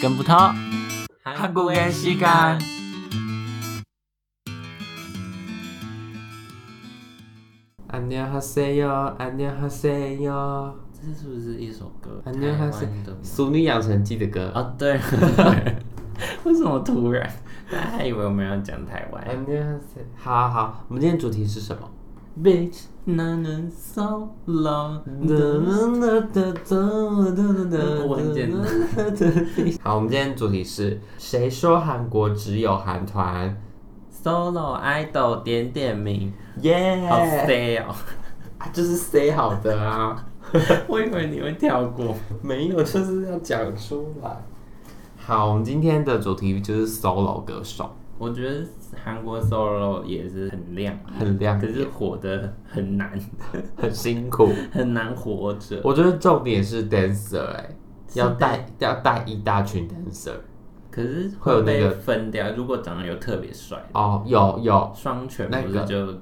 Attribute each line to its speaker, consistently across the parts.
Speaker 1: 跟不透。
Speaker 2: 韓國嘅時間，안녕하세요안녕하세요
Speaker 1: 这是不是一首歌？
Speaker 2: 안녕하세
Speaker 1: 台湾的
Speaker 2: 요俗女养成记的歌。
Speaker 1: 啊， 对。为什么突然？大家还以为我们要讲台湾。
Speaker 2: 안녕하세요。好好好，我们今天主题是什么？
Speaker 1: Bitch, no no so long。我很简单
Speaker 2: 好，我们今天主题是谁说韩国只有韩团？
Speaker 1: Solo idol 点点名，
Speaker 2: 耶、
Speaker 1: 好 sad 哦。
Speaker 2: 啊就是 say 好的啊，
Speaker 1: 我以为你会跳过。
Speaker 2: 没有，就是要讲出来。好，我们今天的主题就是 solo 歌手，
Speaker 1: 我觉得韩国 solo 也是很亮，
Speaker 2: 很亮
Speaker 1: 可
Speaker 2: 眼，
Speaker 1: 是火的很难，
Speaker 2: 很辛苦。
Speaker 1: 很难活着。
Speaker 2: 我觉得重点是 dancer 哎、
Speaker 1: 是
Speaker 2: 要带要带一大群 dancer
Speaker 1: 可是
Speaker 2: 会有
Speaker 1: 会
Speaker 2: 那
Speaker 1: 被
Speaker 2: 个
Speaker 1: 分掉。如果长得有特别帅，
Speaker 2: 哦，有有，
Speaker 1: 双拳
Speaker 2: 那
Speaker 1: 不
Speaker 2: 个
Speaker 1: 是就、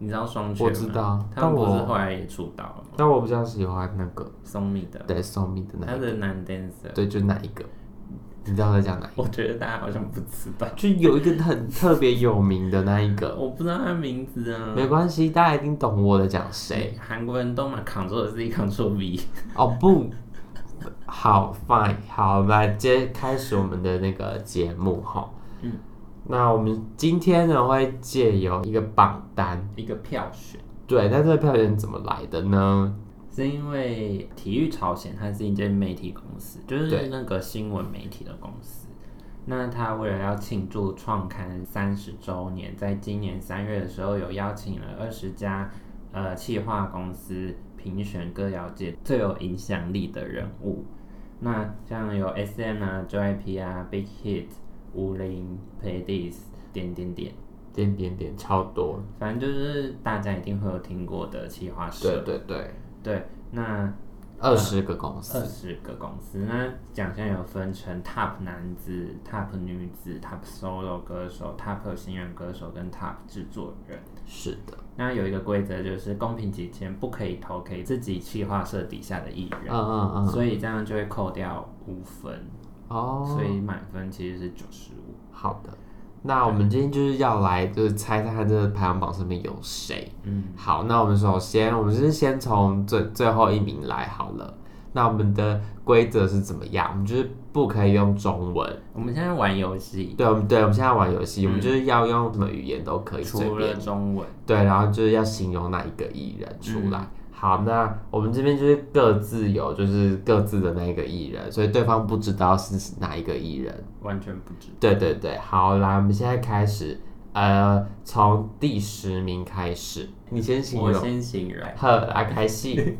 Speaker 1: 你知道双拳
Speaker 2: 我
Speaker 1: 吗？
Speaker 2: 知道
Speaker 1: 他们不是
Speaker 2: 但我
Speaker 1: 后来也出道了吗？
Speaker 2: 但我比较喜欢那个
Speaker 1: 松密的，
Speaker 2: 对 s o m i 的那
Speaker 1: 他
Speaker 2: 一
Speaker 1: 的男
Speaker 2: 个，
Speaker 1: dancer，
Speaker 2: 对，就哪一个？你知道我在讲哪一
Speaker 1: 我觉得大家好像不知道，
Speaker 2: 个？就有一个很特别有名的那一个，
Speaker 1: 我不知道他名字啊。
Speaker 2: 没关系，大家一定懂我在讲谁。
Speaker 1: 韩国人都嘛 Ctrl C Ctrl V，
Speaker 2: 哦不，好 fine，好，来接开始我们的那个节目哈。
Speaker 1: 嗯，
Speaker 2: 那我们今天呢会借由一个榜单，
Speaker 1: 一个票选，
Speaker 2: 对，那这个票选怎么来的呢？
Speaker 1: 是因为体育朝鲜它是一间媒体公司，就是
Speaker 2: 对
Speaker 1: 那个新闻媒体的公司。那他为了要庆祝创刊三十周年，在今年三月的时候，有邀请了二十家呃企划公司评选歌谣界最有影响力的人物。那像有 S M 啊、JYP 啊、Big Hit、吴林、Playdis 点点点。
Speaker 2: 点点点超多，
Speaker 1: 反正就是大家一定会有听过的企划
Speaker 2: 对
Speaker 1: 社，
Speaker 2: 对对，
Speaker 1: 对，那
Speaker 2: 二十个公
Speaker 1: 二
Speaker 2: 司，
Speaker 1: 哦十个公司，那奖项有分成 top 男子、top 女子、top solo 歌手、top 新人歌手跟 top 制作人。
Speaker 2: 是的，
Speaker 1: 那有一个规则就是公平起见，不可以投给自己企划社底下的艺
Speaker 2: 嗯
Speaker 1: 人，
Speaker 2: 嗯嗯，
Speaker 1: 所以这样就会扣掉五分，
Speaker 2: 哦，
Speaker 1: 所以满分其实是九十五。
Speaker 2: 好的。那我们今天就是要来，就是猜猜看这个排行榜上面有谁。
Speaker 1: 嗯，
Speaker 2: 好，那我们首先，我们是先从最最后一名来好了。那我们的规则是怎么样？我们就是不可以用中文。
Speaker 1: 我们现在玩游戏，
Speaker 2: 对，我们对，我们现在玩游戏，我们就是要用什么语言都可以，随
Speaker 1: 嗯除了
Speaker 2: 便。
Speaker 1: 中文，
Speaker 2: 对，然后就是要形容哪一个艺人出
Speaker 1: 嗯
Speaker 2: 来。好，那我们这边就是各自有，就是各自的那个艺人，所以对方不知道是哪一个艺人。
Speaker 1: 完全不知
Speaker 2: 对对对，好，来，我们现在开始，呃，从第十名开始，你先形
Speaker 1: 我
Speaker 2: 容。
Speaker 1: 先形容。
Speaker 2: 好，来开始。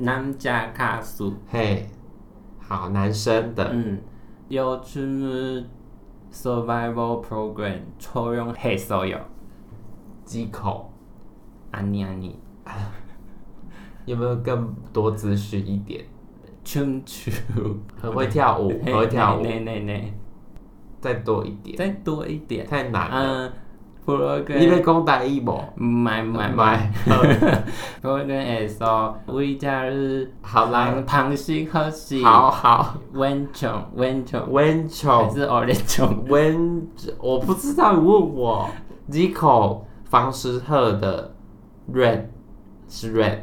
Speaker 1: 남자가수
Speaker 2: 嘿，好，男生的
Speaker 1: 嗯요즘 survival program 초용해서요
Speaker 2: 鸡口
Speaker 1: 아니아니
Speaker 2: 有没有更多资讯一点？
Speaker 1: 춤추
Speaker 2: 很
Speaker 1: 嗯
Speaker 2: 会跳舞，很会哦跳舞，
Speaker 1: 네네네
Speaker 2: 再多一点，
Speaker 1: 再多一点
Speaker 2: 太难了。
Speaker 1: 嗯
Speaker 2: 你
Speaker 1: 프로그램
Speaker 2: 被攻打一模，
Speaker 1: 买买
Speaker 2: 买
Speaker 1: 买
Speaker 2: 买。好
Speaker 1: 프로그램에서 의자를
Speaker 2: 好来，
Speaker 1: 방식 없이
Speaker 2: 好好。
Speaker 1: 왼쪽 왼쪽
Speaker 2: 温
Speaker 1: 还
Speaker 2: 球，
Speaker 1: 是 오른쪽
Speaker 2: 温，我不知道，你问我。鸡口房石鹤的 red 是 red，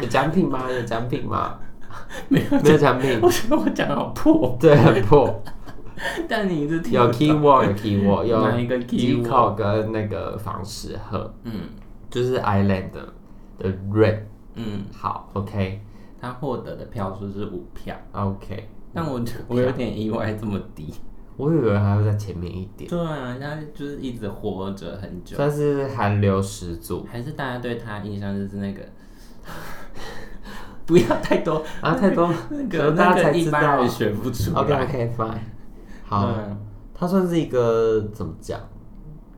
Speaker 2: 有奖品吗？有奖 品吗？
Speaker 1: 没有
Speaker 2: 没有奖品，
Speaker 1: 我觉得我讲得好破，
Speaker 2: 对，很破。
Speaker 1: 但你一直听
Speaker 2: 有
Speaker 1: 不懂
Speaker 2: keyword，有 keyword，有
Speaker 1: 哪一个 keyword？
Speaker 2: 机口跟那个房石鹤，
Speaker 1: 嗯
Speaker 2: 就是 island 的的 red。
Speaker 1: 嗯，
Speaker 2: 好，OK，OK，、
Speaker 1: 他获得的票数是五票，但我觉
Speaker 2: 五
Speaker 1: 我
Speaker 2: 票
Speaker 1: 有点意外这么低。
Speaker 2: 我以为还会在前面一点，
Speaker 1: 对啊，他就是一直活着很久，
Speaker 2: 算是韩流始祖。
Speaker 1: 还是大家对他印象就是那个，不要太多
Speaker 2: 啊，太多
Speaker 1: 那
Speaker 2: 可
Speaker 1: 个
Speaker 2: 能大
Speaker 1: 那
Speaker 2: 家才
Speaker 1: 个
Speaker 2: 知
Speaker 1: 一
Speaker 2: 道
Speaker 1: 般人选不出来。
Speaker 2: ，OK，OK，fine。好，
Speaker 1: 对啊
Speaker 2: 他算是一个怎么讲，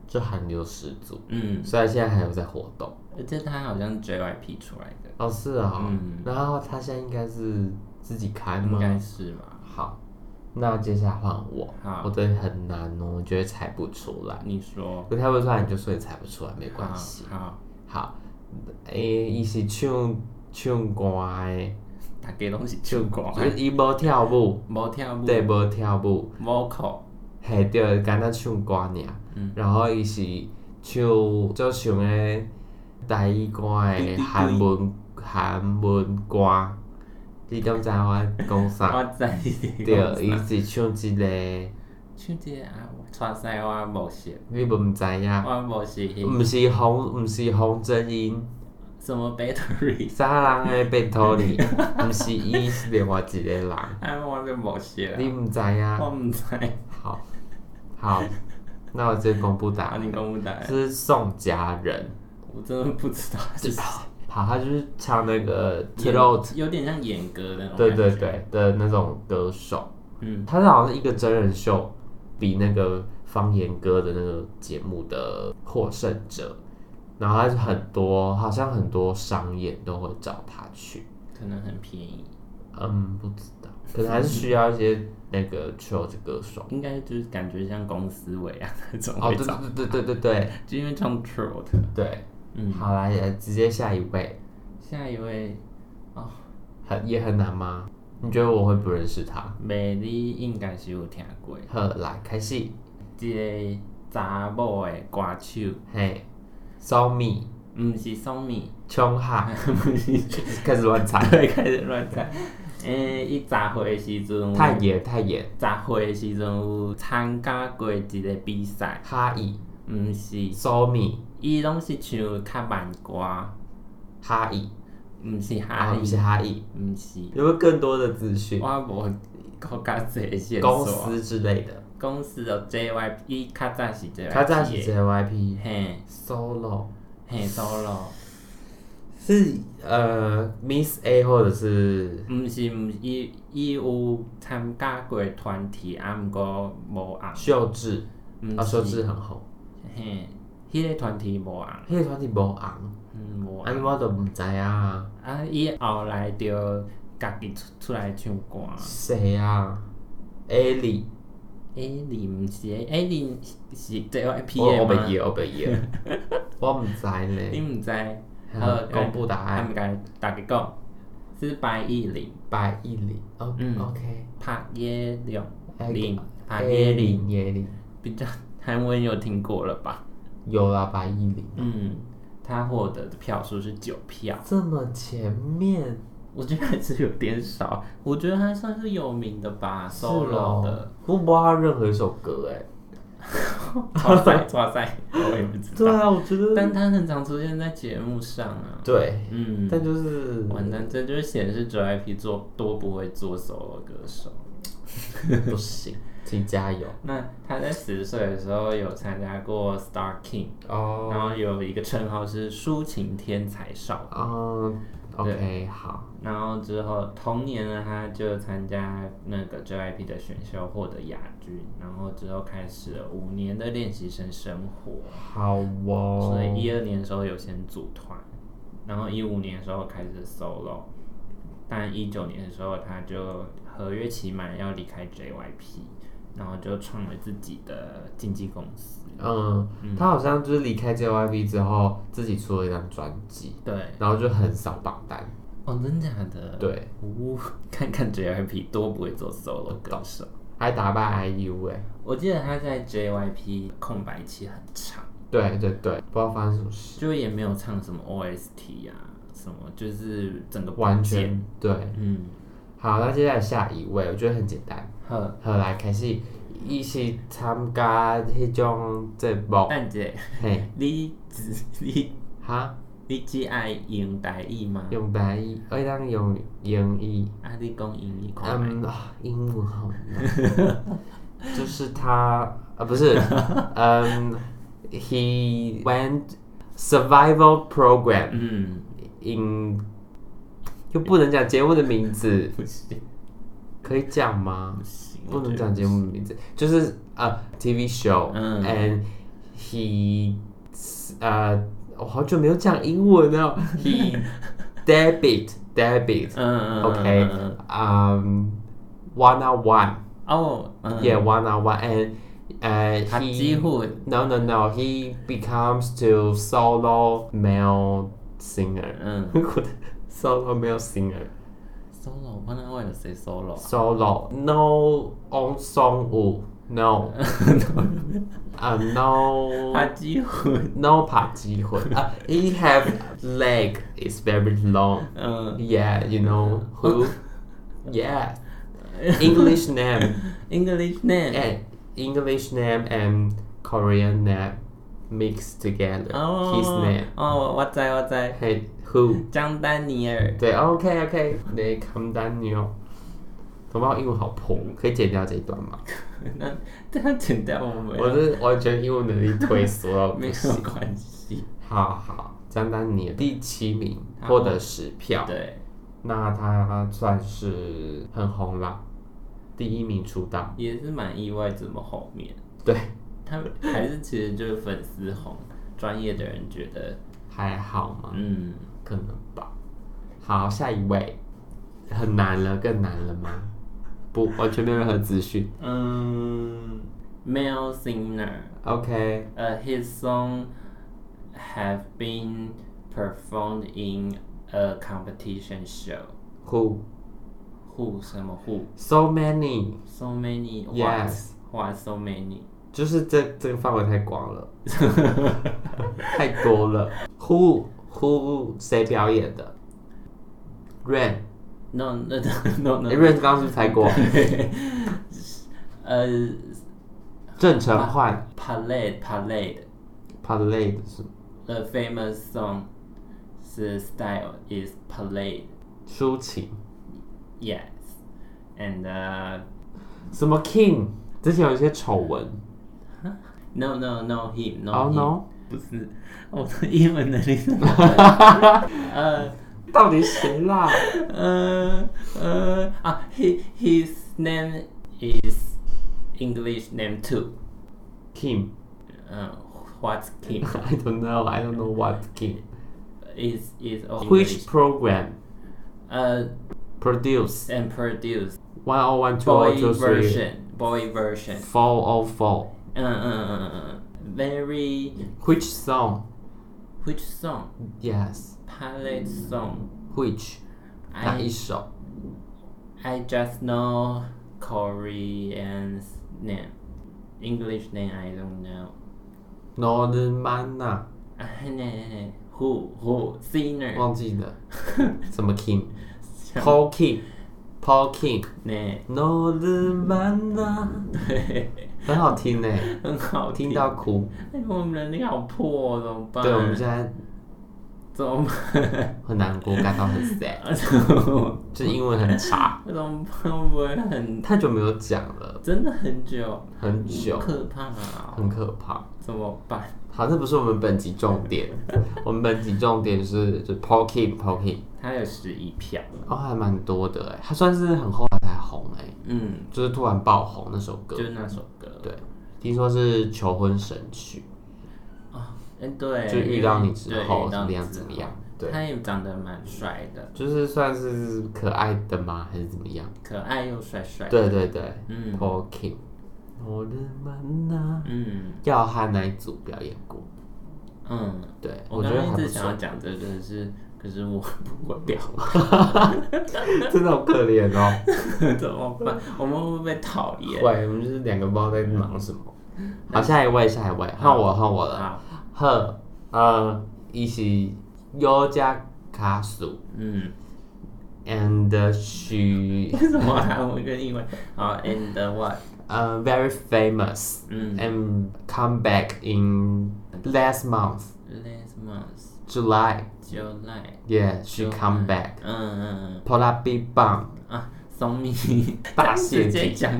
Speaker 2: 就韩流始祖。
Speaker 1: 嗯，
Speaker 2: 虽然现在还有在活动，
Speaker 1: 而且他好像 JYP 出来的，
Speaker 2: 哦，是啊、
Speaker 1: 嗯
Speaker 2: 然后他现在应该是自己开吗
Speaker 1: 应？该是吧？
Speaker 2: 好，那接下来换我。
Speaker 1: 好
Speaker 2: 我真的很难哦，我觉得猜不出来。
Speaker 1: 你说，啊
Speaker 2: 不猜不出来，你就说你猜不出来，没关系。
Speaker 1: 好，好
Speaker 2: 好，诶、伊是唱唱歌的，
Speaker 1: 大家拢是唱歌，
Speaker 2: 就是伊无跳舞，
Speaker 1: 无跳舞，
Speaker 2: 对，无跳舞，
Speaker 1: ，vocal，
Speaker 2: 嘿，对，敢若唱歌尔。
Speaker 1: 嗯
Speaker 2: 然后伊是唱就唱诶台语歌诶韩文韩文歌，你敢知我讲啥？
Speaker 1: 我 知你在讲啥
Speaker 2: 对，伊是唱一个，
Speaker 1: 唱这个啊，川西我无熟，
Speaker 2: 你无毋知影，
Speaker 1: 我无熟
Speaker 2: 毋是洪，毋是洪真英。
Speaker 1: 什么 battery，
Speaker 2: 啥人诶变 土里，毋是伊是另外一个人，
Speaker 1: 啊，我就无熟
Speaker 2: 你
Speaker 1: 啊，
Speaker 2: 毋知影。
Speaker 1: 我毋知，
Speaker 2: 好，好，那我直接公布答
Speaker 1: 啊，
Speaker 2: 案，
Speaker 1: 你讲不来，
Speaker 2: 是宋佳人。
Speaker 1: 我真的不知道是谁，
Speaker 2: 好，他就是唱那个 Throat，
Speaker 1: 有有点像演歌的那种，
Speaker 2: 对对，对的那种歌手，
Speaker 1: 嗯，
Speaker 2: 他是好像是一个真人秀，比那个方言歌的那个节目的获胜者。然后他就很多，好像很多商演都会找他去。
Speaker 1: 可能很便宜，
Speaker 2: 嗯，不知道，可能还是需要一些那个 chill 的歌手。
Speaker 1: 应该就是感觉像公司委啊那种
Speaker 2: 哦，
Speaker 1: 会
Speaker 2: 对
Speaker 1: 找，
Speaker 2: 对对对对对
Speaker 1: 就因为唱 troll 的，
Speaker 2: 对，
Speaker 1: 嗯，
Speaker 2: 好啦，也直接下一位，
Speaker 1: 下一位哦
Speaker 2: 很也很难吗？你觉得我会不认识他？
Speaker 1: 美丽应该是有听过，
Speaker 2: 好，来开始，
Speaker 1: 一个查某的歌手，
Speaker 2: 嘿，烧米
Speaker 1: 毋是宋米，
Speaker 2: 琼哈，
Speaker 1: 毋是。
Speaker 2: 开始乱猜，
Speaker 1: 对，开始乱猜。诶、伊十岁的时阵，
Speaker 2: 太野太野，
Speaker 1: 十岁的时阵有参加过一个比赛，
Speaker 2: 哈伊
Speaker 1: 毋是，
Speaker 2: 烧米
Speaker 1: 伊拢是唱较慢歌，
Speaker 2: 哈伊，
Speaker 1: 毋是
Speaker 2: 啊，
Speaker 1: 哈
Speaker 2: 不
Speaker 1: 伊，
Speaker 2: 是哈伊，
Speaker 1: 毋是。
Speaker 2: 有没有更多的资讯？
Speaker 1: 我无国较济的线
Speaker 2: 公
Speaker 1: 索。
Speaker 2: 司之类的，
Speaker 1: 公司的 JYP，伊较早是 JYP，
Speaker 2: 他暂时
Speaker 1: 的
Speaker 2: JYP
Speaker 1: 嘿，
Speaker 2: solo
Speaker 1: 嘿，solo，
Speaker 2: 是呃 Miss A 或者是
Speaker 1: 毋是毋是，伊伊有参加过团体，啊，毋过无红，
Speaker 2: 秀智
Speaker 1: 毋
Speaker 2: 啊，秀
Speaker 1: 是，
Speaker 2: 智很红，
Speaker 1: 嘿，迄、个团体无红，
Speaker 2: 迄个团体无红，
Speaker 1: 嗯，无
Speaker 2: 安尼我都毋知啊，
Speaker 1: 啊，伊后来就家己出出来唱歌。
Speaker 2: 谁啊？A 里，
Speaker 1: A 零毋是 A 零是 JYP
Speaker 2: 我
Speaker 1: 的
Speaker 2: 我
Speaker 1: 吗
Speaker 2: 袂？记，我袂记，啊 我毋知
Speaker 1: 啊你
Speaker 2: 呢。
Speaker 1: 毋知？
Speaker 2: 好，嗯公布答
Speaker 1: 啊，
Speaker 2: 案，
Speaker 1: 毋该大家讲是白艺玲、
Speaker 2: 白一零。哦
Speaker 1: 嗯
Speaker 2: ，OK，
Speaker 1: 帕耶玲、
Speaker 2: 哎
Speaker 1: 玲、帕耶
Speaker 2: A
Speaker 1: 玲，
Speaker 2: 零耶零，
Speaker 1: 比较韩文有听过了吧？
Speaker 2: 有啦，白一零，
Speaker 1: 嗯，他获得的票数是九票，
Speaker 2: 这么前面
Speaker 1: 我觉得还是有点少。我觉得他算是有名的吧
Speaker 2: 是哦
Speaker 1: ，solo 的。
Speaker 2: 我不知道他任何一首歌哎。
Speaker 1: 哇塞哇塞，我也不知
Speaker 2: 对
Speaker 1: 道。
Speaker 2: 啊，我觉得
Speaker 1: 但他很常出现在节目上啊。
Speaker 2: 对，
Speaker 1: 嗯，
Speaker 2: 但就是
Speaker 1: 完蛋，这就是显示 JYP 做多不会做 solo 歌手。
Speaker 2: 不 行，请加油
Speaker 1: 那他在十岁的时候有参加过 Star King，、
Speaker 2: 哦。
Speaker 1: 然后有一个称号是抒情天才少。
Speaker 2: 嗯，OK，好，
Speaker 1: 然后之后同年呢，他就参加那个 JYP 的选秀获得亚军，然后之后开始了五年的练习生生活。
Speaker 2: 好
Speaker 1: 所以
Speaker 2: 哦，
Speaker 1: 一二年的时候有先组团，然后一五年的时候开始 solo，但一九年的时候他就合约期满要离开 JYP，然后就创了自己的经纪公司。
Speaker 2: 嗯，他好像就是离开 JYP 之后，自己出了一张专辑，
Speaker 1: 对，
Speaker 2: 然后就很少榜单，
Speaker 1: 哦，真假的？，
Speaker 2: 对，
Speaker 1: 呜、 看看 JYP 多不会做 solo 歌手。
Speaker 2: 还打败 IU 哎，
Speaker 1: 我记得他在 JYP 空白期很长，
Speaker 2: 对对对，不知道发生什么事，
Speaker 1: 就也没有唱什么 OST 啊，什么就是整个不
Speaker 2: 完
Speaker 1: 见，
Speaker 2: 全对。
Speaker 1: 嗯，
Speaker 2: 好，那接下来下一位，我觉得很简单，
Speaker 1: 呵，
Speaker 2: 好来开始，伊是参加迄种节目，
Speaker 1: 蛋姐，
Speaker 2: 嘿，
Speaker 1: 你只你
Speaker 2: 哈，
Speaker 1: 你只爱用台语吗？
Speaker 2: 用台语，我当用英语。
Speaker 1: 啊，你讲英语看觅。
Speaker 2: 嗯，啊英文好难就是他啊，不是， 嗯，he went survival program
Speaker 1: 嗯，
Speaker 2: in，又不能讲节目的名字，
Speaker 1: 不行
Speaker 2: 可以讲吗
Speaker 1: 不？行，
Speaker 2: 不
Speaker 1: 我
Speaker 2: 能
Speaker 1: 觉得
Speaker 2: 讲节目的名字，就是啊、TV show，
Speaker 1: 嗯
Speaker 2: ，and he，呃，我好久没有讲英 文了，he debit debit，
Speaker 1: 嗯嗯
Speaker 2: OK，
Speaker 1: 嗯嗯嗯
Speaker 2: 嗯，one on one，
Speaker 1: 哦，嗯
Speaker 2: yeah, one on one, and uh,
Speaker 1: 他几
Speaker 2: he
Speaker 1: 乎
Speaker 2: no no no, he becomes to solo male singer.
Speaker 1: 嗯
Speaker 2: solo male singer，
Speaker 1: solo，我那为了谁 solo？
Speaker 2: solo no on song 舞 no 啊 no
Speaker 1: 他几乎，
Speaker 2: no 拍机会啊，he have leg is very long
Speaker 1: 嗯
Speaker 2: yeah you know who yeah English name
Speaker 1: ，English name，
Speaker 2: and English name and Korean name mixed together
Speaker 1: 哦
Speaker 2: his name
Speaker 1: 哦，我我知我知，
Speaker 2: hey who
Speaker 1: 江丹尼尔，
Speaker 2: 对，OK OK，你冚单你哦。同胞英文好破，可以剪掉这一段吗？
Speaker 1: 那这样剪掉我们
Speaker 2: 我是完全英文能力退缩 了，
Speaker 1: 没
Speaker 2: 不
Speaker 1: 有
Speaker 2: 行。
Speaker 1: 关系，
Speaker 2: 好好，张丹妮第七名
Speaker 1: 好
Speaker 2: 获得十票，
Speaker 1: 对，
Speaker 2: 那她算是很红啦。第一名出道，
Speaker 1: 也是蛮意外，这么后面。
Speaker 2: 对，
Speaker 1: 他们还是其实就是粉丝红，专业的人觉得，
Speaker 2: 还好吗？
Speaker 1: 嗯，
Speaker 2: 可能吧。好，下一位，很难了，更难了吗？不，完全没有任何资讯。
Speaker 1: 嗯，male singer，
Speaker 2: OK，
Speaker 1: 呃、h i s song have been performed in a competition show。
Speaker 2: who
Speaker 1: Who 什么
Speaker 2: so many？
Speaker 1: Who？So many what？What
Speaker 2: Yes
Speaker 1: so many？
Speaker 2: 就是这这个范围太广了，太多了。Who Who 谁表演的？Rain
Speaker 1: No no no no,
Speaker 2: 诶 Rain 刚刚是不是猜过？
Speaker 1: 呃
Speaker 2: 郑成焕
Speaker 1: ，Parade Parade
Speaker 2: Parade 是
Speaker 1: the famous song the style is Parade
Speaker 2: 抒情，
Speaker 1: yes and uh
Speaker 2: 什么 King 之前有一些丑闻
Speaker 1: no no no him no
Speaker 2: ，Oh
Speaker 1: him
Speaker 2: no，
Speaker 1: 不是我 的英文能力真的 呃
Speaker 2: 到底谁啦？
Speaker 1: 呃呃啊 uh, ah, he his name is English name too
Speaker 2: Kim
Speaker 1: 嗯、what's Kim
Speaker 2: I don't know I don't know what Kim
Speaker 1: is is of
Speaker 2: Which
Speaker 1: English
Speaker 2: program
Speaker 1: 呃、
Speaker 2: produce
Speaker 1: and produce
Speaker 2: one o one two o
Speaker 1: boy
Speaker 2: two three
Speaker 1: version boy version
Speaker 2: four o four
Speaker 1: 嗯嗯嗯嗯嗯，very
Speaker 2: Which song
Speaker 1: which song
Speaker 2: Yes
Speaker 1: pilot song
Speaker 2: Which 哪一
Speaker 1: I
Speaker 2: 首？
Speaker 1: I just know Korean's name English name I don't know
Speaker 2: Northern Mana，
Speaker 1: 啊那那 who who singer
Speaker 2: 忘记了什么 King，Paul King，Paul King，Northern
Speaker 1: 那
Speaker 2: Mana，
Speaker 1: 对
Speaker 2: 很好听呢，
Speaker 1: 很好
Speaker 2: 听到哭。
Speaker 1: 哎我们能力好破哦怎么办？
Speaker 2: 对，我们现在
Speaker 1: 怎么办？
Speaker 2: 很难过，感到很 sad，就是英文很差，
Speaker 1: 怎么办？会不会很
Speaker 2: 太久没有讲了，
Speaker 1: 真的很久？
Speaker 2: 很久，
Speaker 1: 可怕啊！
Speaker 2: 很可怕。
Speaker 1: 怎么办？
Speaker 2: 好，这不是我们本集重 点，我们本集重点是就 Paul King，Paul King，
Speaker 1: 他有十一票了，
Speaker 2: 哦，还蛮多的哎，他算是很后来才红哎，
Speaker 1: 嗯，
Speaker 2: 就是突然爆红那首歌
Speaker 1: 就，是那首歌。
Speaker 2: 对，听说是求婚神曲。
Speaker 1: 哎、对，
Speaker 2: 就遇到你之
Speaker 1: 对
Speaker 2: 后
Speaker 1: 遇到
Speaker 2: 怎么
Speaker 1: 你
Speaker 2: 样
Speaker 1: 之
Speaker 2: 怎么
Speaker 1: 后
Speaker 2: 样？对，
Speaker 1: 他也长得蛮帅的，
Speaker 2: 就是算是可爱的吗？还是怎么样？
Speaker 1: 可爱又帅帅。，
Speaker 2: 对对对
Speaker 1: 嗯
Speaker 2: ，Paul King，我的妈呐，
Speaker 1: 嗯
Speaker 2: 耀汉那一组表演过，
Speaker 1: 嗯，
Speaker 2: 对
Speaker 1: 我
Speaker 2: 我
Speaker 1: 刚
Speaker 2: 觉得
Speaker 1: 刚
Speaker 2: 还
Speaker 1: 一
Speaker 2: 不
Speaker 1: 直想要
Speaker 2: 错，
Speaker 1: 讲这个是，可是我不会表
Speaker 2: 真的好可怜哦。
Speaker 1: 达，怎么办？我们会不会被讨厌？
Speaker 2: 喂，我们就是两个不知道在忙什么。好，下一位，下一位，换我，换我了。
Speaker 1: 好，
Speaker 2: 呵，呃，一起优加卡苏
Speaker 1: 嗯，
Speaker 2: ，and she
Speaker 1: 为什么韩文跟英文？好，and what？
Speaker 2: 呃 very famous。
Speaker 1: 嗯
Speaker 2: and come back in last month
Speaker 1: ，last month
Speaker 2: July.
Speaker 1: July。
Speaker 2: Yeah, she come back.
Speaker 1: 嗯嗯
Speaker 2: Pola B Bang
Speaker 1: 嗯啊，松米
Speaker 2: 大
Speaker 1: 直
Speaker 2: 陷
Speaker 1: 接
Speaker 2: 阱
Speaker 1: 讲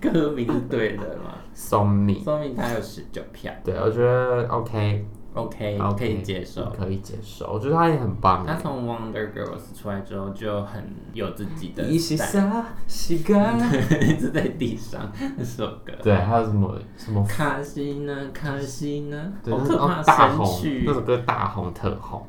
Speaker 1: 歌名是对的嘛？
Speaker 2: 送你。
Speaker 1: 松米他有十九票
Speaker 2: 对，我觉得 OK，
Speaker 1: ，OK，
Speaker 2: OK
Speaker 1: 可以接受。
Speaker 2: 可以接受。我觉得他也很棒
Speaker 1: 他。从 Wonder Girls 出来之后就很有自己的
Speaker 2: 一起
Speaker 1: style，
Speaker 2: 撒西干。
Speaker 1: 一直在地上那首歌。
Speaker 2: 对，还有什么什么？
Speaker 1: 卡西呢？卡西呢？
Speaker 2: 对，
Speaker 1: 好
Speaker 2: 那
Speaker 1: 可怕
Speaker 2: 哦大
Speaker 1: 神
Speaker 2: 红，
Speaker 1: 曲
Speaker 2: 那。首歌大红特红。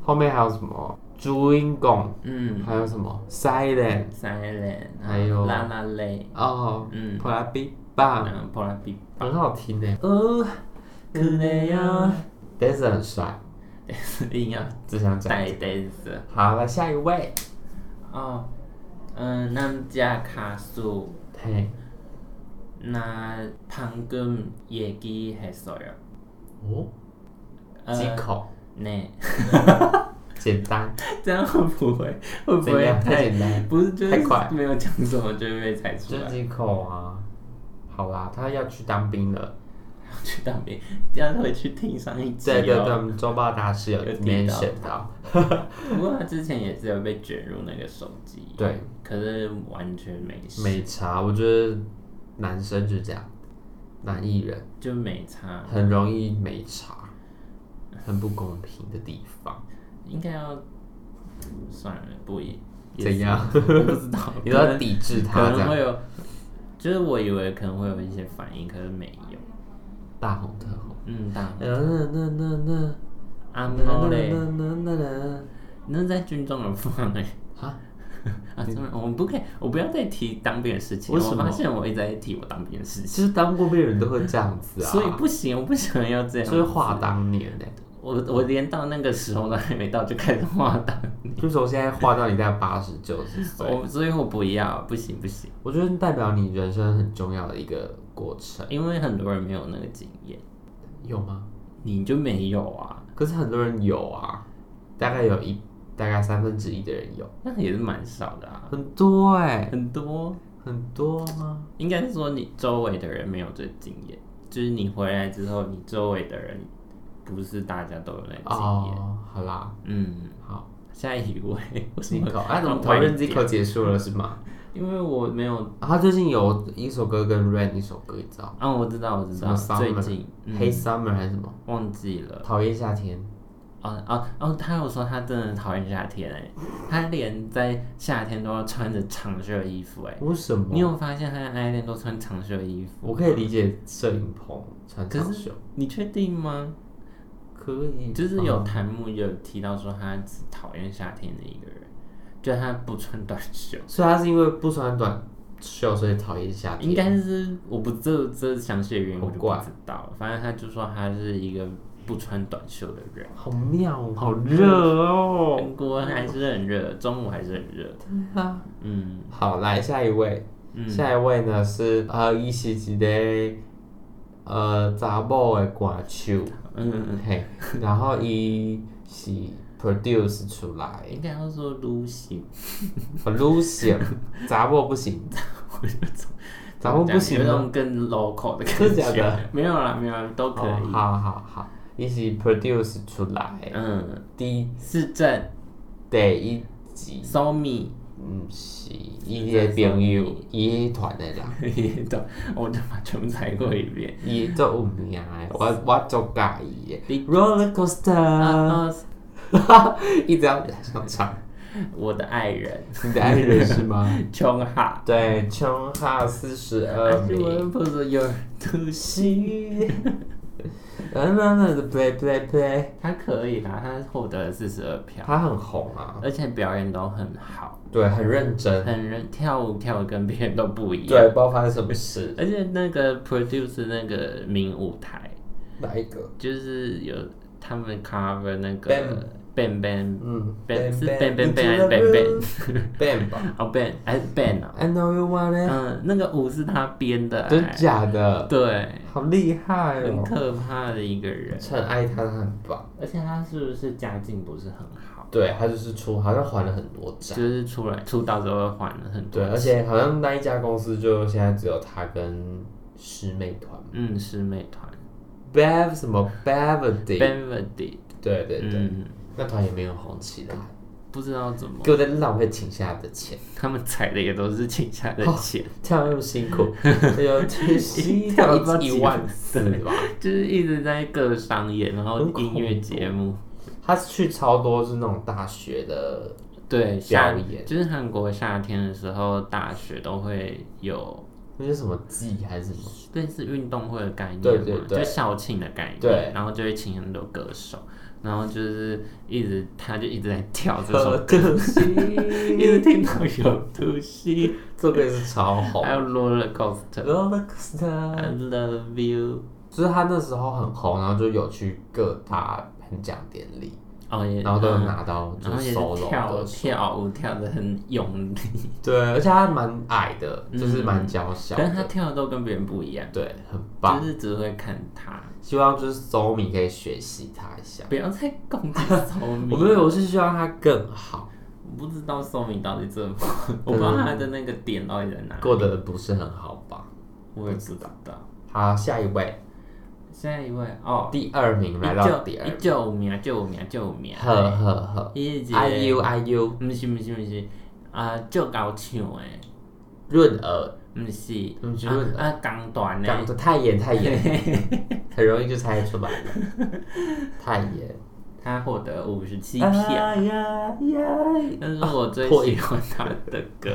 Speaker 2: 后面还有什么？朱茵贡，
Speaker 1: 嗯
Speaker 2: 还有什么？Silent，
Speaker 1: ，Silent，
Speaker 2: 还有
Speaker 1: 拉拉泪，
Speaker 2: 哦
Speaker 1: 嗯，
Speaker 2: ，Pola B Bang，
Speaker 1: 嗯，Pola B，
Speaker 2: 很好听呢。哦，可能啊， 但是很帅。
Speaker 1: 硬要
Speaker 2: 只想讲。
Speaker 1: 带 dancer。
Speaker 2: 好了，下一位
Speaker 1: 哦，嗯，咱遮卡数，
Speaker 2: 嘿，
Speaker 1: 那방금 얘기했어요. 哦
Speaker 2: 오? 哦
Speaker 1: 어,
Speaker 2: 지커
Speaker 1: 네.
Speaker 2: 젠땅
Speaker 1: 这样会不会会呃不
Speaker 2: 怎
Speaker 1: 会
Speaker 2: 样太
Speaker 1: 太
Speaker 2: 简单
Speaker 1: 不是就是
Speaker 2: 太快
Speaker 1: 没有讲什么就会被猜出
Speaker 2: 就
Speaker 1: 来？
Speaker 2: 几口啊。好啦，他要去当兵了。
Speaker 1: 去当兵，这样回去听上一集、哦。
Speaker 2: 对对对，我们周报大师有
Speaker 1: 有提到
Speaker 2: mention 到。
Speaker 1: 不过他之前也是有被卷入那个手机，
Speaker 2: 对，
Speaker 1: 可是完全没事，
Speaker 2: 没差，我觉得男生就这样，男艺人
Speaker 1: 就没差，
Speaker 2: 很容易没差，很不公平的地方。
Speaker 1: 应该要算了，不也也
Speaker 2: 怎样？
Speaker 1: 我不知道
Speaker 2: ，你都要抵制
Speaker 1: 可
Speaker 2: 他这
Speaker 1: 能会
Speaker 2: 样。
Speaker 1: 有，就是我以为可能会有一些反应，可是没有。
Speaker 2: 大红特红。
Speaker 1: 嗯，当
Speaker 2: 那那那那
Speaker 1: 阿
Speaker 2: 那
Speaker 1: 猫嘞，
Speaker 2: 呃那那那那
Speaker 1: 那在军中有放哎、
Speaker 2: 啊！
Speaker 1: 啊，真的，我们不可以，我不要再提当兵的事情。
Speaker 2: 为什
Speaker 1: 我
Speaker 2: 么
Speaker 1: 发现我一直在提我当兵的事情，
Speaker 2: 其实当过兵的人都会这样子啊，
Speaker 1: 所以不行，我不想要这样。
Speaker 2: 就是话，当年欸呢、
Speaker 1: 我我连到那个时候都还没到，就开始画档。
Speaker 2: 就从现在画到你在八十九十岁，
Speaker 1: 我所以我不要，不行不行，
Speaker 2: 我觉得代表你人生很重要的一个过程，
Speaker 1: 因为很多人没有那个经验，
Speaker 2: 有吗？
Speaker 1: 你就没有啊，
Speaker 2: 可是很多人有啊，大概有一大概三分之一的人有，
Speaker 1: 那也是蛮少的啊，
Speaker 2: 很多哎、
Speaker 1: 很多。
Speaker 2: 很多吗？
Speaker 1: 应该是说你周围的人没有这个经验，就是你回来之后，你周围的人不是大家都有那个经验。
Speaker 2: 哦，好啦，
Speaker 1: 嗯，
Speaker 2: 好
Speaker 1: 下一位，为什么
Speaker 2: Zico，哎、怎么
Speaker 1: 要
Speaker 2: 讨
Speaker 1: 快
Speaker 2: 论
Speaker 1: 一点
Speaker 2: Zico 结束了是吗？
Speaker 1: 因为我没有，
Speaker 2: 啊他最近有一首歌跟 Rain 一首歌，你知道？
Speaker 1: 啊，我知道，我知
Speaker 2: 什
Speaker 1: 道，
Speaker 2: 么 Summer
Speaker 1: 最近、嗯、
Speaker 2: 黑 Summer 还是什么？
Speaker 1: 忘记了。
Speaker 2: 讨厌夏天。
Speaker 1: 哦哦哦，他有说他真的讨厌夏天哎、他连在夏天都要穿着长袖衣服哎、
Speaker 2: 为什么
Speaker 1: 你？有发现他的 i 恋都穿长袖衣服？
Speaker 2: 我可以理解摄影棚穿长袖，
Speaker 1: 你确定吗？
Speaker 2: 可以哦
Speaker 1: 就是
Speaker 2: 吧
Speaker 1: 有弹幕有提到说他只讨厌夏天的一个人，就他不穿短袖，
Speaker 2: 所以他是因为不穿短袖，所以讨厌夏天。
Speaker 1: 应该是我不这这详细的原因我就不
Speaker 2: 好怪
Speaker 1: 知道了，反正他就说他是一个不穿短袖的人。
Speaker 2: 好妙哦，好热哦。
Speaker 1: 韩国还是很热，中午还是很热。
Speaker 2: 啊
Speaker 1: 嗯
Speaker 2: 好，来下一位，
Speaker 1: 嗯，
Speaker 2: 下一位呢是呃，伊是一个呃查某的歌手，
Speaker 1: 嗯，
Speaker 2: 嘿，然后伊是 produce 出来
Speaker 1: 应该要说 Lucy，
Speaker 2: ，produce 查某不行，
Speaker 1: 我就从
Speaker 2: 查某不行
Speaker 1: 有
Speaker 2: 吗
Speaker 1: 那种更 local 的感
Speaker 2: 真的假
Speaker 1: 觉
Speaker 2: 的。
Speaker 1: 没有啦，没有啦，都可
Speaker 2: 哦
Speaker 1: 以。
Speaker 2: 好好好，伊是 produce 出来，
Speaker 1: 嗯，
Speaker 2: 第一
Speaker 1: 市政
Speaker 2: 第一集。
Speaker 1: s 米
Speaker 2: 毋是，伊迄个朋友，伊迄团的啦，
Speaker 1: 也懂，我就把全部踩过一遍。
Speaker 2: 伊足有名的，我 我足介意的
Speaker 1: 你。
Speaker 2: Roller
Speaker 1: 啊
Speaker 2: coaster，
Speaker 1: 啊！
Speaker 2: 一直要想唱。
Speaker 1: 我的爱人
Speaker 2: 你的爱人是吗？
Speaker 1: 琼哈，
Speaker 2: 对，琼哈四十
Speaker 1: 还
Speaker 2: 二
Speaker 1: 是
Speaker 2: 名。
Speaker 1: 我不是有突袭？
Speaker 2: 啦啦啦的 play play play，
Speaker 1: 他可以啦，他获得了四十二票，
Speaker 2: 他很红啊，
Speaker 1: 而且表演都很好，
Speaker 2: 对，很认真，
Speaker 1: 很认跳舞跳的跟别人都不一样。
Speaker 2: 对，不知道发生什么事。
Speaker 1: 而且那个 produce 那个名舞台，
Speaker 2: 哪一个？
Speaker 1: 就是有他们 cover 那
Speaker 2: Bam
Speaker 1: 个 ban ban
Speaker 2: 嗯
Speaker 1: ban 是
Speaker 2: bam
Speaker 1: ban ban ban 还是 ban ban？
Speaker 2: bam bam 吧
Speaker 1: 哦 ban 还是 ban 啊？
Speaker 2: ？I know you wanna，
Speaker 1: 嗯，那个舞是他编的、
Speaker 2: 真
Speaker 1: 哎
Speaker 2: 假的？
Speaker 1: 对，
Speaker 2: 好厉害
Speaker 1: 很
Speaker 2: 哦！
Speaker 1: 可怕的一个人。
Speaker 2: 很爱他，他很棒。
Speaker 1: 而且他是不是家境不是很好？
Speaker 2: 对他就是出，好像还了很多
Speaker 1: 就
Speaker 2: 债。
Speaker 1: 是出来出道之后还了很多
Speaker 2: 啊对，
Speaker 1: 钱。
Speaker 2: 啊而且好像那一家公司就现在只有他跟师妹团
Speaker 1: 嗯，师妹团
Speaker 2: Bev 什么
Speaker 1: b
Speaker 2: Bevity，
Speaker 1: e n v e d y
Speaker 2: 对对对，
Speaker 1: 嗯，
Speaker 2: 那团也没有红起来，
Speaker 1: 不知道怎么，
Speaker 2: 给我在浪费请下的钱，
Speaker 1: 他们踩的也都是请下的
Speaker 2: 哦
Speaker 1: 钱，
Speaker 2: 跳那么辛苦，哎呦，这是
Speaker 1: 跳不知道
Speaker 2: 一
Speaker 1: 几
Speaker 2: 一万四吧？
Speaker 1: 就是一直在各商演，然后
Speaker 2: 很恐
Speaker 1: 音
Speaker 2: 怖
Speaker 1: 乐节目，
Speaker 2: 他去超多是那种大学的，
Speaker 1: 对，夏
Speaker 2: 表演
Speaker 1: 就是韩国夏天的时候，大学都会有
Speaker 2: 那是什么季还是什么？
Speaker 1: 类似运动会的概念嘛，
Speaker 2: 对对对
Speaker 1: 就校庆的概念，
Speaker 2: 对，
Speaker 1: 然后就会请很多歌手，然后就是一直他就一直在跳这首
Speaker 2: 可
Speaker 1: 歌，
Speaker 2: 可惜，
Speaker 1: 一直听到有突 袭，
Speaker 2: 这个也是超 红
Speaker 1: 还有 roller coaster。
Speaker 2: ，Roller Coaster。
Speaker 1: I love you。
Speaker 2: 就是他那时候很红，然后就有去各大颁奖典礼，
Speaker 1: 哦也，
Speaker 2: 然后都有
Speaker 1: 嗯
Speaker 2: 拿到就
Speaker 1: 然后也
Speaker 2: 是
Speaker 1: 是
Speaker 2: solo
Speaker 1: 跳
Speaker 2: 的手。
Speaker 1: 跳舞跳的很用力，
Speaker 2: 对，而且他蛮矮的，就是蛮娇小
Speaker 1: 嗯但是他
Speaker 2: 的，
Speaker 1: 跳的都跟别人不一样，
Speaker 2: 对，很棒
Speaker 1: 就。是只会看他，
Speaker 2: 希望就是 Zomi 可以学习他一下。
Speaker 1: 不要再攻击聪明。
Speaker 2: 我没有，我是希望他更好，
Speaker 1: 我不知道宋明到底 怎么，我不知道他的那个点到底在哪，
Speaker 2: 过得不是很好吧？
Speaker 1: 我也不知道。
Speaker 2: 好，下一位，
Speaker 1: 下一位哦，
Speaker 2: 第二名来到第二
Speaker 1: 一，九五名，九五名，九五名，哎
Speaker 2: 呵呵呵哎
Speaker 1: 一姐，
Speaker 2: ，IU IU
Speaker 1: 不是不是不是，啊，就搞唱诶，
Speaker 2: 润儿，
Speaker 1: 不是，
Speaker 2: 不是
Speaker 1: 啊啊，钢弹
Speaker 2: 讲
Speaker 1: 诶，
Speaker 2: 的太严 太严，很容易就猜出来了，太严。
Speaker 1: 他获得五十七票，
Speaker 2: 哎呀呀！
Speaker 1: 但是我最
Speaker 2: 啊破
Speaker 1: 喜欢他的歌，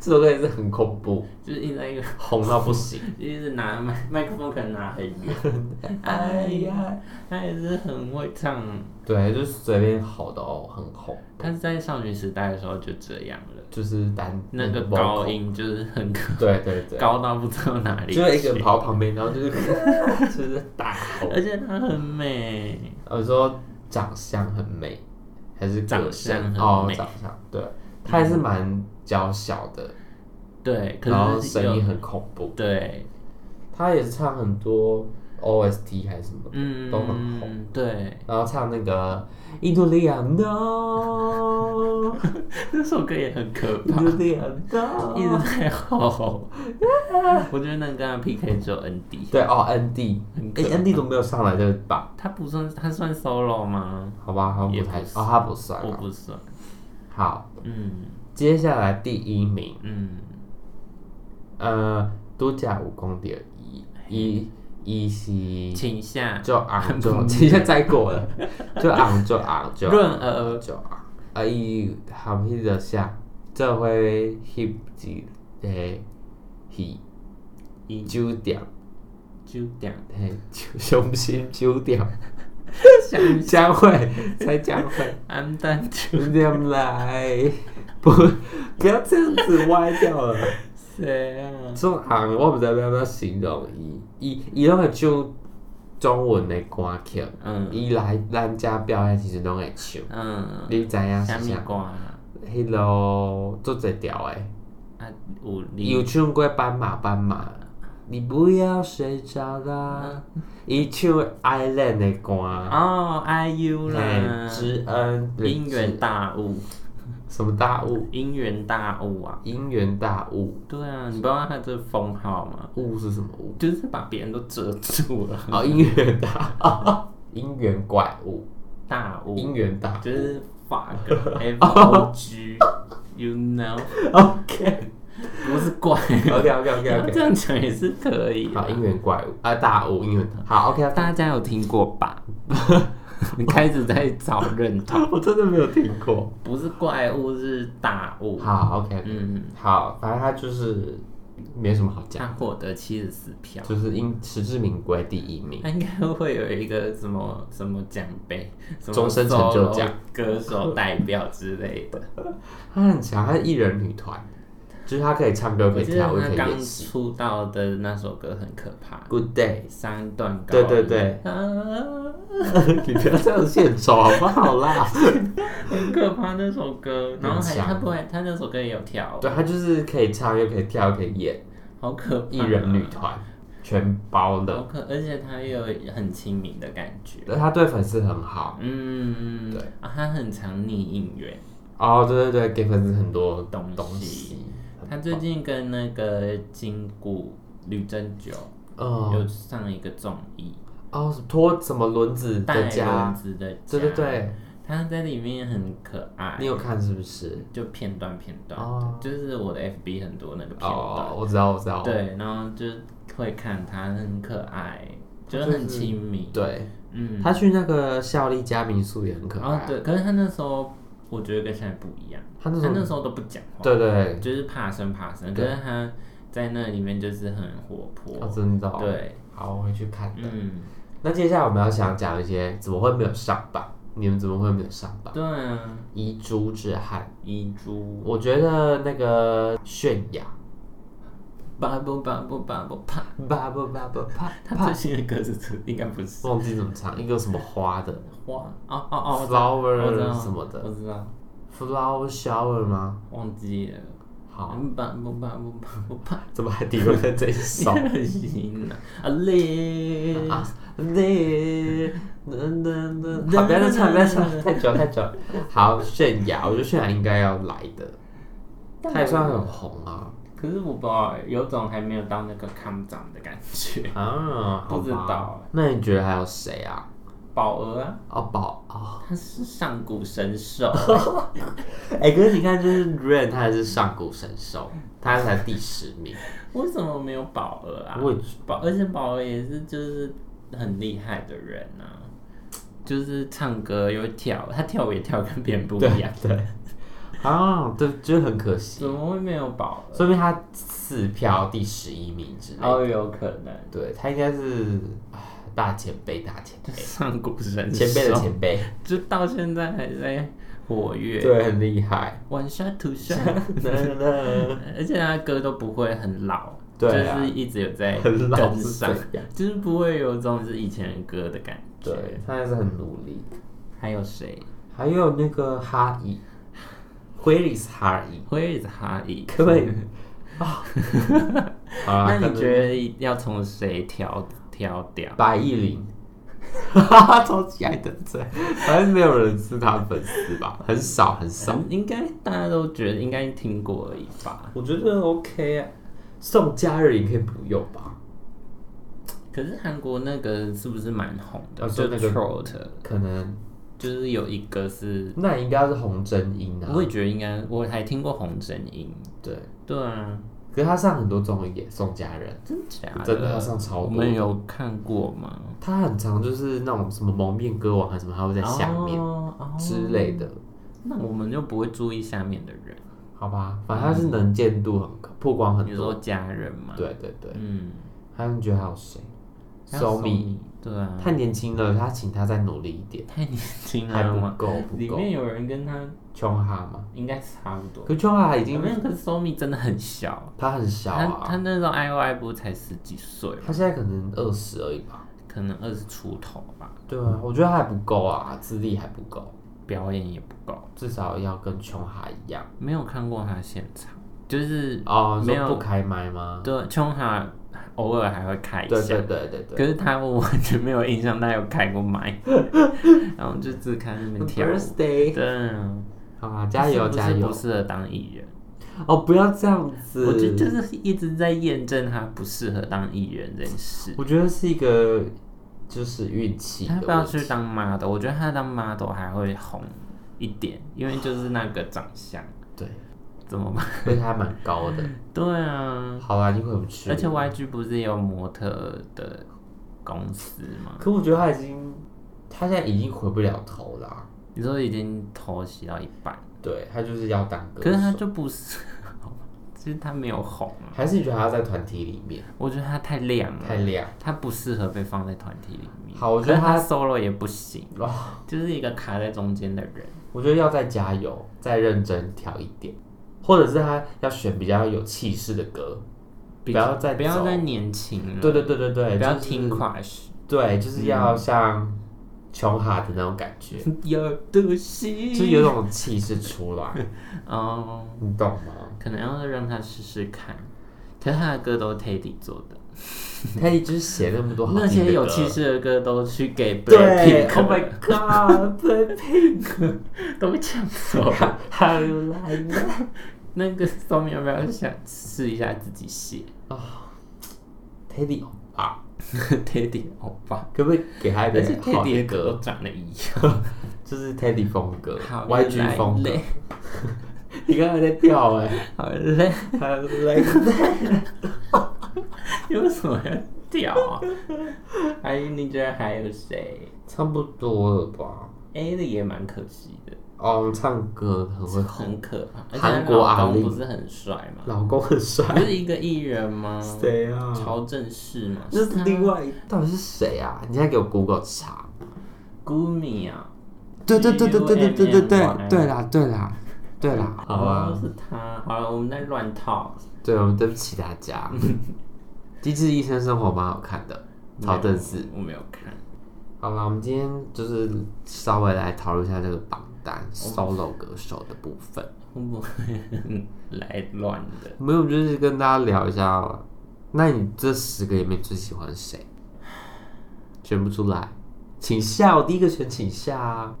Speaker 2: 这首歌也是很恐怖，
Speaker 1: 就是一直在一个
Speaker 2: 红到不行。
Speaker 1: 一直拿麦麦克风，可能拿很远，哎呀，，他也是很会唱，
Speaker 2: 对，就是随便好的哦，很红，
Speaker 1: 他是在少女时代的时候就这样了。
Speaker 2: 就是单
Speaker 1: 那个
Speaker 2: vocal
Speaker 1: 高音就是很可
Speaker 2: 对对对，
Speaker 1: 高到不知道哪里，
Speaker 2: 就是一个人，跑到旁边，然后就是 就是大吼。
Speaker 1: 而且她很美，
Speaker 2: 我说长相很美，还是个性
Speaker 1: 呃长相很
Speaker 2: 哦
Speaker 1: 美，
Speaker 2: 长相对，他还是蛮娇小的，
Speaker 1: 对，可
Speaker 2: 然后
Speaker 1: 是
Speaker 2: 声
Speaker 1: 有
Speaker 2: 音很恐怖。
Speaker 1: 对，
Speaker 2: 他也是唱很多 OST 还是什么，
Speaker 1: 嗯，
Speaker 2: 都很红，
Speaker 1: 对，
Speaker 2: 然后唱那个《印度利亚 No》，
Speaker 1: 那首歌也很可
Speaker 2: 印
Speaker 1: 怕，
Speaker 2: 度利亚
Speaker 1: 一
Speaker 2: No，
Speaker 1: 直在吼，我觉得能跟他 PK 只有 ND，
Speaker 2: 对哦，ND，
Speaker 1: 很可
Speaker 2: 哎，ND 怎么没有上来这把？
Speaker 1: 他不算他算 solo 吗？
Speaker 2: 好吧，好像
Speaker 1: 也
Speaker 2: 不
Speaker 1: 不
Speaker 2: 太，哦，
Speaker 1: 是
Speaker 2: 他不算
Speaker 1: 我
Speaker 2: 啊。
Speaker 1: 不算，
Speaker 2: 好，
Speaker 1: 嗯
Speaker 2: 接下来第一名。
Speaker 1: 嗯，
Speaker 2: 呃，都假武功第一，一一是
Speaker 1: 请下
Speaker 2: 就昂就，直接再过了，就昂就昂就
Speaker 1: 润儿
Speaker 2: 就昂，啊伊含迄个啥，这回翕一个戏
Speaker 1: 一
Speaker 2: 酒店，
Speaker 1: 九点，
Speaker 2: 嘿，酒雄心酒店，
Speaker 1: 想
Speaker 2: 将会才将会
Speaker 1: 安蛋九
Speaker 2: 酒店来，不不要这样子歪掉了。
Speaker 1: 谁啊？
Speaker 2: 这种行我毋知道要不要形容伊，伊伊拢会唱中文的歌曲，
Speaker 1: 嗯
Speaker 2: 伊来咱遮表演时阵拢会唱，
Speaker 1: 嗯，
Speaker 2: 你知影
Speaker 1: 虾
Speaker 2: 是
Speaker 1: 米
Speaker 2: 啥？
Speaker 1: 歌啊？
Speaker 2: 迄啰做一条诶，
Speaker 1: 啊，有
Speaker 2: 伊
Speaker 1: 你
Speaker 2: 有唱过《斑马斑马》，你不要睡着啦，
Speaker 1: 嗯
Speaker 2: 伊唱 Island 的歌，
Speaker 1: 哦，IU
Speaker 2: 嘿，
Speaker 1: 啦，
Speaker 2: 知恩
Speaker 1: 姻缘大悟，
Speaker 2: 什么大悟，
Speaker 1: 姻缘大悟啊！
Speaker 2: 姻缘大悟，
Speaker 1: 对啊，你不知道他这个封号吗？
Speaker 2: 悟是什么悟？
Speaker 1: 就是把别人都遮住了，
Speaker 2: 哦，姻缘大， 哦姻缘怪物，
Speaker 1: 大悟
Speaker 2: 姻缘大
Speaker 1: 就是 fuck F O G，you know，
Speaker 2: OK
Speaker 1: 不是怪，
Speaker 2: OK OK
Speaker 1: 这
Speaker 2: OK OK，
Speaker 1: 样讲也是可以
Speaker 2: 好，
Speaker 1: 啊。
Speaker 2: 姻缘怪物啊，大物姻缘好 OK
Speaker 1: 大家有听过吧？ 你开始在找认同，
Speaker 2: 我真的没有听过。
Speaker 1: 不是怪物是大悟。
Speaker 2: 好 OK，
Speaker 1: 嗯，
Speaker 2: 好，反正他就是没什么好讲，
Speaker 1: 他获得七十四票。
Speaker 2: 就是因实至名归第一名。
Speaker 1: 他应该会有一个什么什么奖杯，什么
Speaker 2: 终身成就奖、
Speaker 1: 歌手代表之类的。
Speaker 2: 他很强，他是艺人女团，就是他可以唱歌，可
Speaker 1: 我
Speaker 2: 以
Speaker 1: 记得
Speaker 2: 跳舞，可
Speaker 1: 他
Speaker 2: 以
Speaker 1: 刚
Speaker 2: 演戏。
Speaker 1: 出道的那首歌很可怕，
Speaker 2: Good day，
Speaker 1: 三段高
Speaker 2: 对
Speaker 1: 音
Speaker 2: 对对，
Speaker 1: 啊，
Speaker 2: 你不要这样献丑好不好啦？
Speaker 1: 很可怕那首歌。然后还
Speaker 2: 很强
Speaker 1: 他不会，他那首歌也有跳舞，
Speaker 2: 对，他就是可以唱，又可以跳，又可以演，
Speaker 1: 好可怕，
Speaker 2: 艺人女团全包
Speaker 1: 好
Speaker 2: 的。
Speaker 1: 可，而且他又有很亲民的感觉。
Speaker 2: 但他对粉丝很好，
Speaker 1: 嗯，
Speaker 2: 对
Speaker 1: 啊，他很常逆应援。
Speaker 2: 哦，对对对，给粉丝很多
Speaker 1: 东
Speaker 2: 东
Speaker 1: 西
Speaker 2: 西。
Speaker 1: 他最近跟那个金谷吕珍九
Speaker 2: 嗯
Speaker 1: 有上一个综艺，
Speaker 2: 哦，拖什么轮子
Speaker 1: 带
Speaker 2: 的
Speaker 1: 轮
Speaker 2: 家，
Speaker 1: 子的家，
Speaker 2: 对对，对，
Speaker 1: 他在里面很可爱
Speaker 2: 你，有看是不是？
Speaker 1: 就片段片段，
Speaker 2: 哦
Speaker 1: 就是我的 FB 很多那个片段，
Speaker 2: 哦，我知道，我知道，
Speaker 1: 对，然后就会看他很可爱，
Speaker 2: 他
Speaker 1: 就
Speaker 2: 哦就是
Speaker 1: 是很亲密，
Speaker 2: 对，
Speaker 1: 嗯，哦
Speaker 2: 他去那个效力家民宿也很可
Speaker 1: 然后
Speaker 2: 爱，
Speaker 1: 对，可是他那时候我觉得跟现在不一样，
Speaker 2: 他那
Speaker 1: 他那
Speaker 2: 种
Speaker 1: 时候都不讲话，
Speaker 2: 对对，
Speaker 1: 就是怕生怕生，可
Speaker 2: 对
Speaker 1: 是他在那里面就是很活
Speaker 2: 我
Speaker 1: 泼，
Speaker 2: 哦真的，
Speaker 1: 对，
Speaker 2: 好，我会去看的。
Speaker 1: 嗯。
Speaker 2: 那接下来我们要想讲一些怎么会没有上榜，你们怎么会没有上榜？
Speaker 1: 对啊，
Speaker 2: 遗珠之憾，
Speaker 1: 遗珠
Speaker 2: 我觉得那个泫雅，
Speaker 1: ，bubble bubble bubble pop，
Speaker 2: 叭叭叭叭啪
Speaker 1: 他
Speaker 2: 啪，
Speaker 1: 最新的歌是这，应该不是
Speaker 2: 忘记怎么唱，一个什么花的，
Speaker 1: 花哦哦哦我知道我知
Speaker 2: flower
Speaker 1: 道
Speaker 2: 什么的
Speaker 1: 我知道，
Speaker 2: flower shower 吗？
Speaker 1: 忘记了。嗯
Speaker 2: 好，
Speaker 1: 不怕不怕不怕不怕，
Speaker 2: 怎么还停留在这一 首？
Speaker 1: 热心啊！啊嘞
Speaker 2: 啊，你，好，不要再唱，不要再唱，太久了太久了。好，泫雅，我觉得泫雅应该要来的，她也算很红啊。
Speaker 1: 可是我不知道欸，有种还没有到那个康长的感觉。
Speaker 2: 啊，好吧
Speaker 1: 不知道。
Speaker 2: 那你觉得还有谁啊？
Speaker 1: 宝儿啊，
Speaker 2: 哦，宝 哦，
Speaker 1: 他是上古神兽，
Speaker 2: 哎、可是你看，就是 Rain，他还是上古神兽，他才第十名。
Speaker 1: 为什么没有宝儿啊？
Speaker 2: 我也
Speaker 1: 宝，而且宝儿也是就是很厉害的人啊，就是唱歌又会跳，他跳舞也跳跟别人不一样，
Speaker 2: 对，啊，对，就是很可惜，
Speaker 1: 怎么会没有宝儿？
Speaker 2: 说明他四票第十一名之类的。
Speaker 1: 哦，有可能
Speaker 2: 对他应该是唉大前辈，大前辈，
Speaker 1: 上古神兽
Speaker 2: 前辈的前辈，
Speaker 1: 就到现在还在活跃，
Speaker 2: 对，很厉 害。嗯
Speaker 1: 晚上涂上， 而且他歌都不会很老，
Speaker 2: 对啊
Speaker 1: 就是一直有在
Speaker 2: 很老
Speaker 1: 跟
Speaker 2: 是
Speaker 1: 上
Speaker 2: 怎，样？
Speaker 1: 就是不会有种是以前的歌的感觉。
Speaker 2: 对，他还是很努力。
Speaker 1: 还有谁
Speaker 2: 还有那个哈伊，威利斯哈伊，
Speaker 1: ？Where is Harry？
Speaker 2: 可不可以？ 啊，好啦
Speaker 1: 那你觉得要从谁挑挑掉？
Speaker 2: 白艺林，哈哈， 超级爱得罪，反正没有人是他粉丝吧，很少很少。
Speaker 1: 应该大家都觉得应该听过而已吧。
Speaker 2: 我觉得 OK 啊，宋佳人也可以不用吧？
Speaker 1: 可是韩国那个是不是蛮红的？
Speaker 2: 哦
Speaker 1: 就
Speaker 2: 就那个
Speaker 1: Trot，
Speaker 2: 可能
Speaker 1: 就是有一个是，
Speaker 2: 那应该是洪真英啊，
Speaker 1: 我也觉得应该，我还听过洪真英。
Speaker 2: 对，
Speaker 1: 对啊，
Speaker 2: 可是他上很多综艺耶，宋佳人，
Speaker 1: 真假的？
Speaker 2: 真的他上超
Speaker 1: 我
Speaker 2: 多
Speaker 1: 们，有看过吗？
Speaker 2: 他很常就是那种什么蒙面歌王还是什么，他会在下面
Speaker 1: 哦哦
Speaker 2: 之类的，
Speaker 1: 那我们就不会注意下面的人，
Speaker 2: 好吧，反正他是能见度很高，曝光
Speaker 1: 你
Speaker 2: 很多
Speaker 1: 说，家人嘛？，
Speaker 2: 对对对，
Speaker 1: 嗯，
Speaker 2: 还有你觉得还有谁？
Speaker 1: 还有
Speaker 2: m 米
Speaker 1: 对啊，
Speaker 2: 太年轻了，他请他再努力一点，
Speaker 1: 太年轻
Speaker 2: 还
Speaker 1: 了
Speaker 2: 不
Speaker 1: 吗？
Speaker 2: 够不
Speaker 1: 啊里
Speaker 2: 够。
Speaker 1: 面有人跟他
Speaker 2: 琼哈嘛，
Speaker 1: 应该差不多，
Speaker 2: 可琼哈已
Speaker 1: 里
Speaker 2: 经
Speaker 1: 面可是 Somi 真的很小，
Speaker 2: 他很小
Speaker 1: 他他
Speaker 2: 啊，
Speaker 1: 那时候 I O I 不才十几岁嘛，
Speaker 2: 他现在可能二十而已吧。
Speaker 1: 可能二十出头吧，
Speaker 2: 对啊，我觉得他还不够啊，资历还不够，
Speaker 1: 表演也不够，
Speaker 2: 至少要跟琼哈一样。
Speaker 1: 没有看过他现场，就是
Speaker 2: 哦，
Speaker 1: 没
Speaker 2: 没
Speaker 1: 有
Speaker 2: 有不开麦吗？
Speaker 1: 对琼哈偶尔还会开一
Speaker 2: 对
Speaker 1: 下
Speaker 2: 对，对对对。
Speaker 1: 可是他我完全没有印象他有开过 麦，然后就只看那边跳舞。
Speaker 2: Birthday，
Speaker 1: 对啊，
Speaker 2: 好吧，加油
Speaker 1: 是不是
Speaker 2: 加油
Speaker 1: 不！适合当艺人，
Speaker 2: 哦，不要这样子。
Speaker 1: 我就就是一直在验证他不适合当艺人这件事。
Speaker 2: 我觉得是一个就是运气
Speaker 1: 他
Speaker 2: 的
Speaker 1: 不要
Speaker 2: 问题。
Speaker 1: 去当 model，我觉得他当 model 还会红一点，因为就是那个长相，
Speaker 2: 对，
Speaker 1: 怎么办？
Speaker 2: 所以他蛮高的。
Speaker 1: 对啊，
Speaker 2: 好啦，你回不去。
Speaker 1: 而且 YG 不是也有模特的公司吗？
Speaker 2: 可我觉得他已经，他现在已经回不了头啦、
Speaker 1: 你说已经头洗到一半，
Speaker 2: 对他就是要当歌
Speaker 1: 可是他
Speaker 2: 手，
Speaker 1: 就不是，其实他没有红啊，
Speaker 2: 还是你觉得他要在团体里面
Speaker 1: 我觉得他太亮了，
Speaker 2: 太亮？
Speaker 1: 他不适合被放在团体里面。
Speaker 2: 好我觉得
Speaker 1: 可是他
Speaker 2: 他
Speaker 1: solo 也不行，
Speaker 2: 哦，
Speaker 1: 就是一个卡在中间的人。
Speaker 2: 我觉得要再加油，再认真调一点，或者是他要选比较有气势的歌。
Speaker 1: 比
Speaker 2: 不要再
Speaker 1: 不要
Speaker 2: 走
Speaker 1: 再年轻了，
Speaker 2: 对对对对对，
Speaker 1: 不要
Speaker 2: 就是
Speaker 1: 听嗯 crush。
Speaker 2: 对，就是要像琼哈的那种感觉，
Speaker 1: 有毒
Speaker 2: 就是
Speaker 1: 气。
Speaker 2: 有种气势出来，
Speaker 1: 哦，
Speaker 2: 你懂吗？
Speaker 1: 可能要让他试试看。可是他的歌都 Teddy 做的，
Speaker 2: 他一直写那么多好听
Speaker 1: 那
Speaker 2: 的
Speaker 1: 些有
Speaker 2: 歌
Speaker 1: 气势的歌都去给
Speaker 2: 对
Speaker 1: Blackpink
Speaker 2: ，Oh my
Speaker 1: 了
Speaker 2: God，Blackpink，
Speaker 1: 都被抢走了。
Speaker 2: how you like that？
Speaker 1: 那个 s o m 要不要想试一下自己写
Speaker 2: Teddy 欧巴，
Speaker 1: Teddy 欧巴？
Speaker 2: 可不可以给他一
Speaker 1: 而且
Speaker 2: 点好
Speaker 1: Teddy 的歌
Speaker 2: 歌
Speaker 1: 都？长得一样。
Speaker 2: 就是 Teddy 风格
Speaker 1: 好
Speaker 2: ，YG 风格
Speaker 1: 累。，
Speaker 2: 你刚才在跳哎、
Speaker 1: 好累，
Speaker 2: 还来
Speaker 1: 你为什么要掉 啊？还哎你觉得还有谁
Speaker 2: 差不多了吧？
Speaker 1: ？A 的也蛮可惜的，
Speaker 2: 哦，唱歌很会红，
Speaker 1: 很可怕。而且
Speaker 2: 韩国
Speaker 1: 她老
Speaker 2: 阿
Speaker 1: 公
Speaker 2: 令
Speaker 1: 不是很帅吗？
Speaker 2: 老公很帅。
Speaker 1: 不是一个艺人吗？
Speaker 2: 谁啊
Speaker 1: 曹正奭嘛，
Speaker 2: 这是另
Speaker 1: 外
Speaker 2: 外一，到底是谁啊？你现在给我 Google 查。
Speaker 1: Gumi 啊，
Speaker 2: 对对对对对对对对对
Speaker 1: GUMMY
Speaker 2: 对啦对啦对啦，好
Speaker 1: 哦
Speaker 2: 啊，
Speaker 1: 是他。好了，我们在乱套，
Speaker 2: 对，我们对不起大家。《机智医生生活》蛮好看的，曹正奭。
Speaker 1: 我没有看，
Speaker 2: 好了，我们今天就是稍微来讨论一下这个榜单 solo 歌手的部分。
Speaker 1: 会不会来乱的？
Speaker 2: 没有，就是跟大家聊一下了。那你这十个里面最喜欢谁？选不出来，请笑。第一个选请笑啊。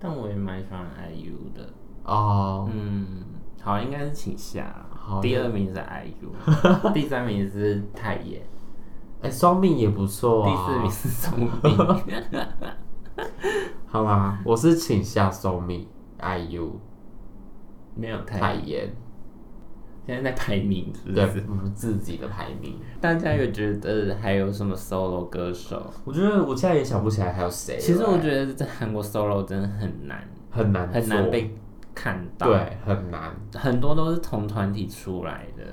Speaker 1: 但我也蛮喜欢 IU 的。
Speaker 2: 哦，
Speaker 1: 嗯，好，应该是请下。
Speaker 2: 好
Speaker 1: 第二名是 IU，第三名是太妍，
Speaker 2: 哎，双命也不错
Speaker 1: 第
Speaker 2: 啊。
Speaker 1: 四名是松饼。
Speaker 2: 好啦，我是请下双命 IU
Speaker 1: 没有太
Speaker 2: 泰妍，
Speaker 1: 现在在排名是不
Speaker 2: 对
Speaker 1: 是？，
Speaker 2: 我们自己的排名。
Speaker 1: 大家有觉得还有什么 solo 歌手？
Speaker 2: 我觉得我现在也想不起来还有谁了。哎
Speaker 1: 其实我觉得在韩国 solo 真的很难，
Speaker 2: 很难
Speaker 1: 很难
Speaker 2: 做
Speaker 1: 被看到。，
Speaker 2: 对，很难
Speaker 1: 很多都是同团体出来的，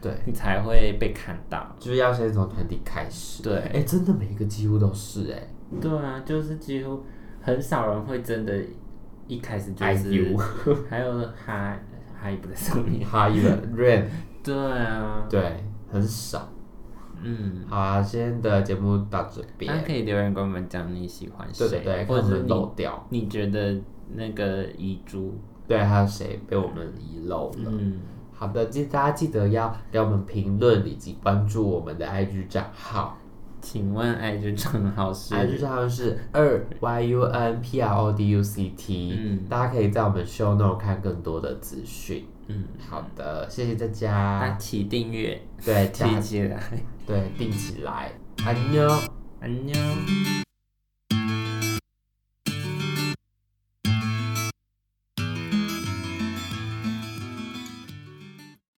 Speaker 2: 对，
Speaker 1: 你才会被看到。
Speaker 2: 就是要先从团体开始。
Speaker 1: 对
Speaker 2: 哎、真的每一个几乎都是哎、
Speaker 1: 对啊，就是几乎很少人会真的，一开始就
Speaker 2: IU
Speaker 1: 是， 还有哈哈 不在上面。
Speaker 2: 哈一文 Rain，
Speaker 1: 对啊，
Speaker 2: 对，很少。
Speaker 1: 嗯，
Speaker 2: 好啊，今天的节目到这边
Speaker 1: 那，可以留言跟我们讲你喜欢谁，
Speaker 2: 对对对，
Speaker 1: 或
Speaker 2: 看
Speaker 1: 者是
Speaker 2: 我们
Speaker 1: 你
Speaker 2: 漏掉，
Speaker 1: 你觉得那个遗珠，
Speaker 2: 对，还有谁被我们遗漏了？
Speaker 1: 嗯，
Speaker 2: 好的，记大家记得要给我们评论以及关注我们的 IG 账号
Speaker 1: 请问 IG 账号是？
Speaker 2: ，IG 账号是二 Y U N P R O D U C T，、
Speaker 1: 嗯
Speaker 2: 大家可以在我们 show note 看更多的资讯。
Speaker 1: 嗯，
Speaker 2: 好的，谢谢大
Speaker 1: 大
Speaker 2: 家，
Speaker 1: 起订阅，
Speaker 2: 对，大
Speaker 1: 记
Speaker 2: 家
Speaker 1: 起来，
Speaker 2: 对，定起来，安妞。
Speaker 1: 安妞。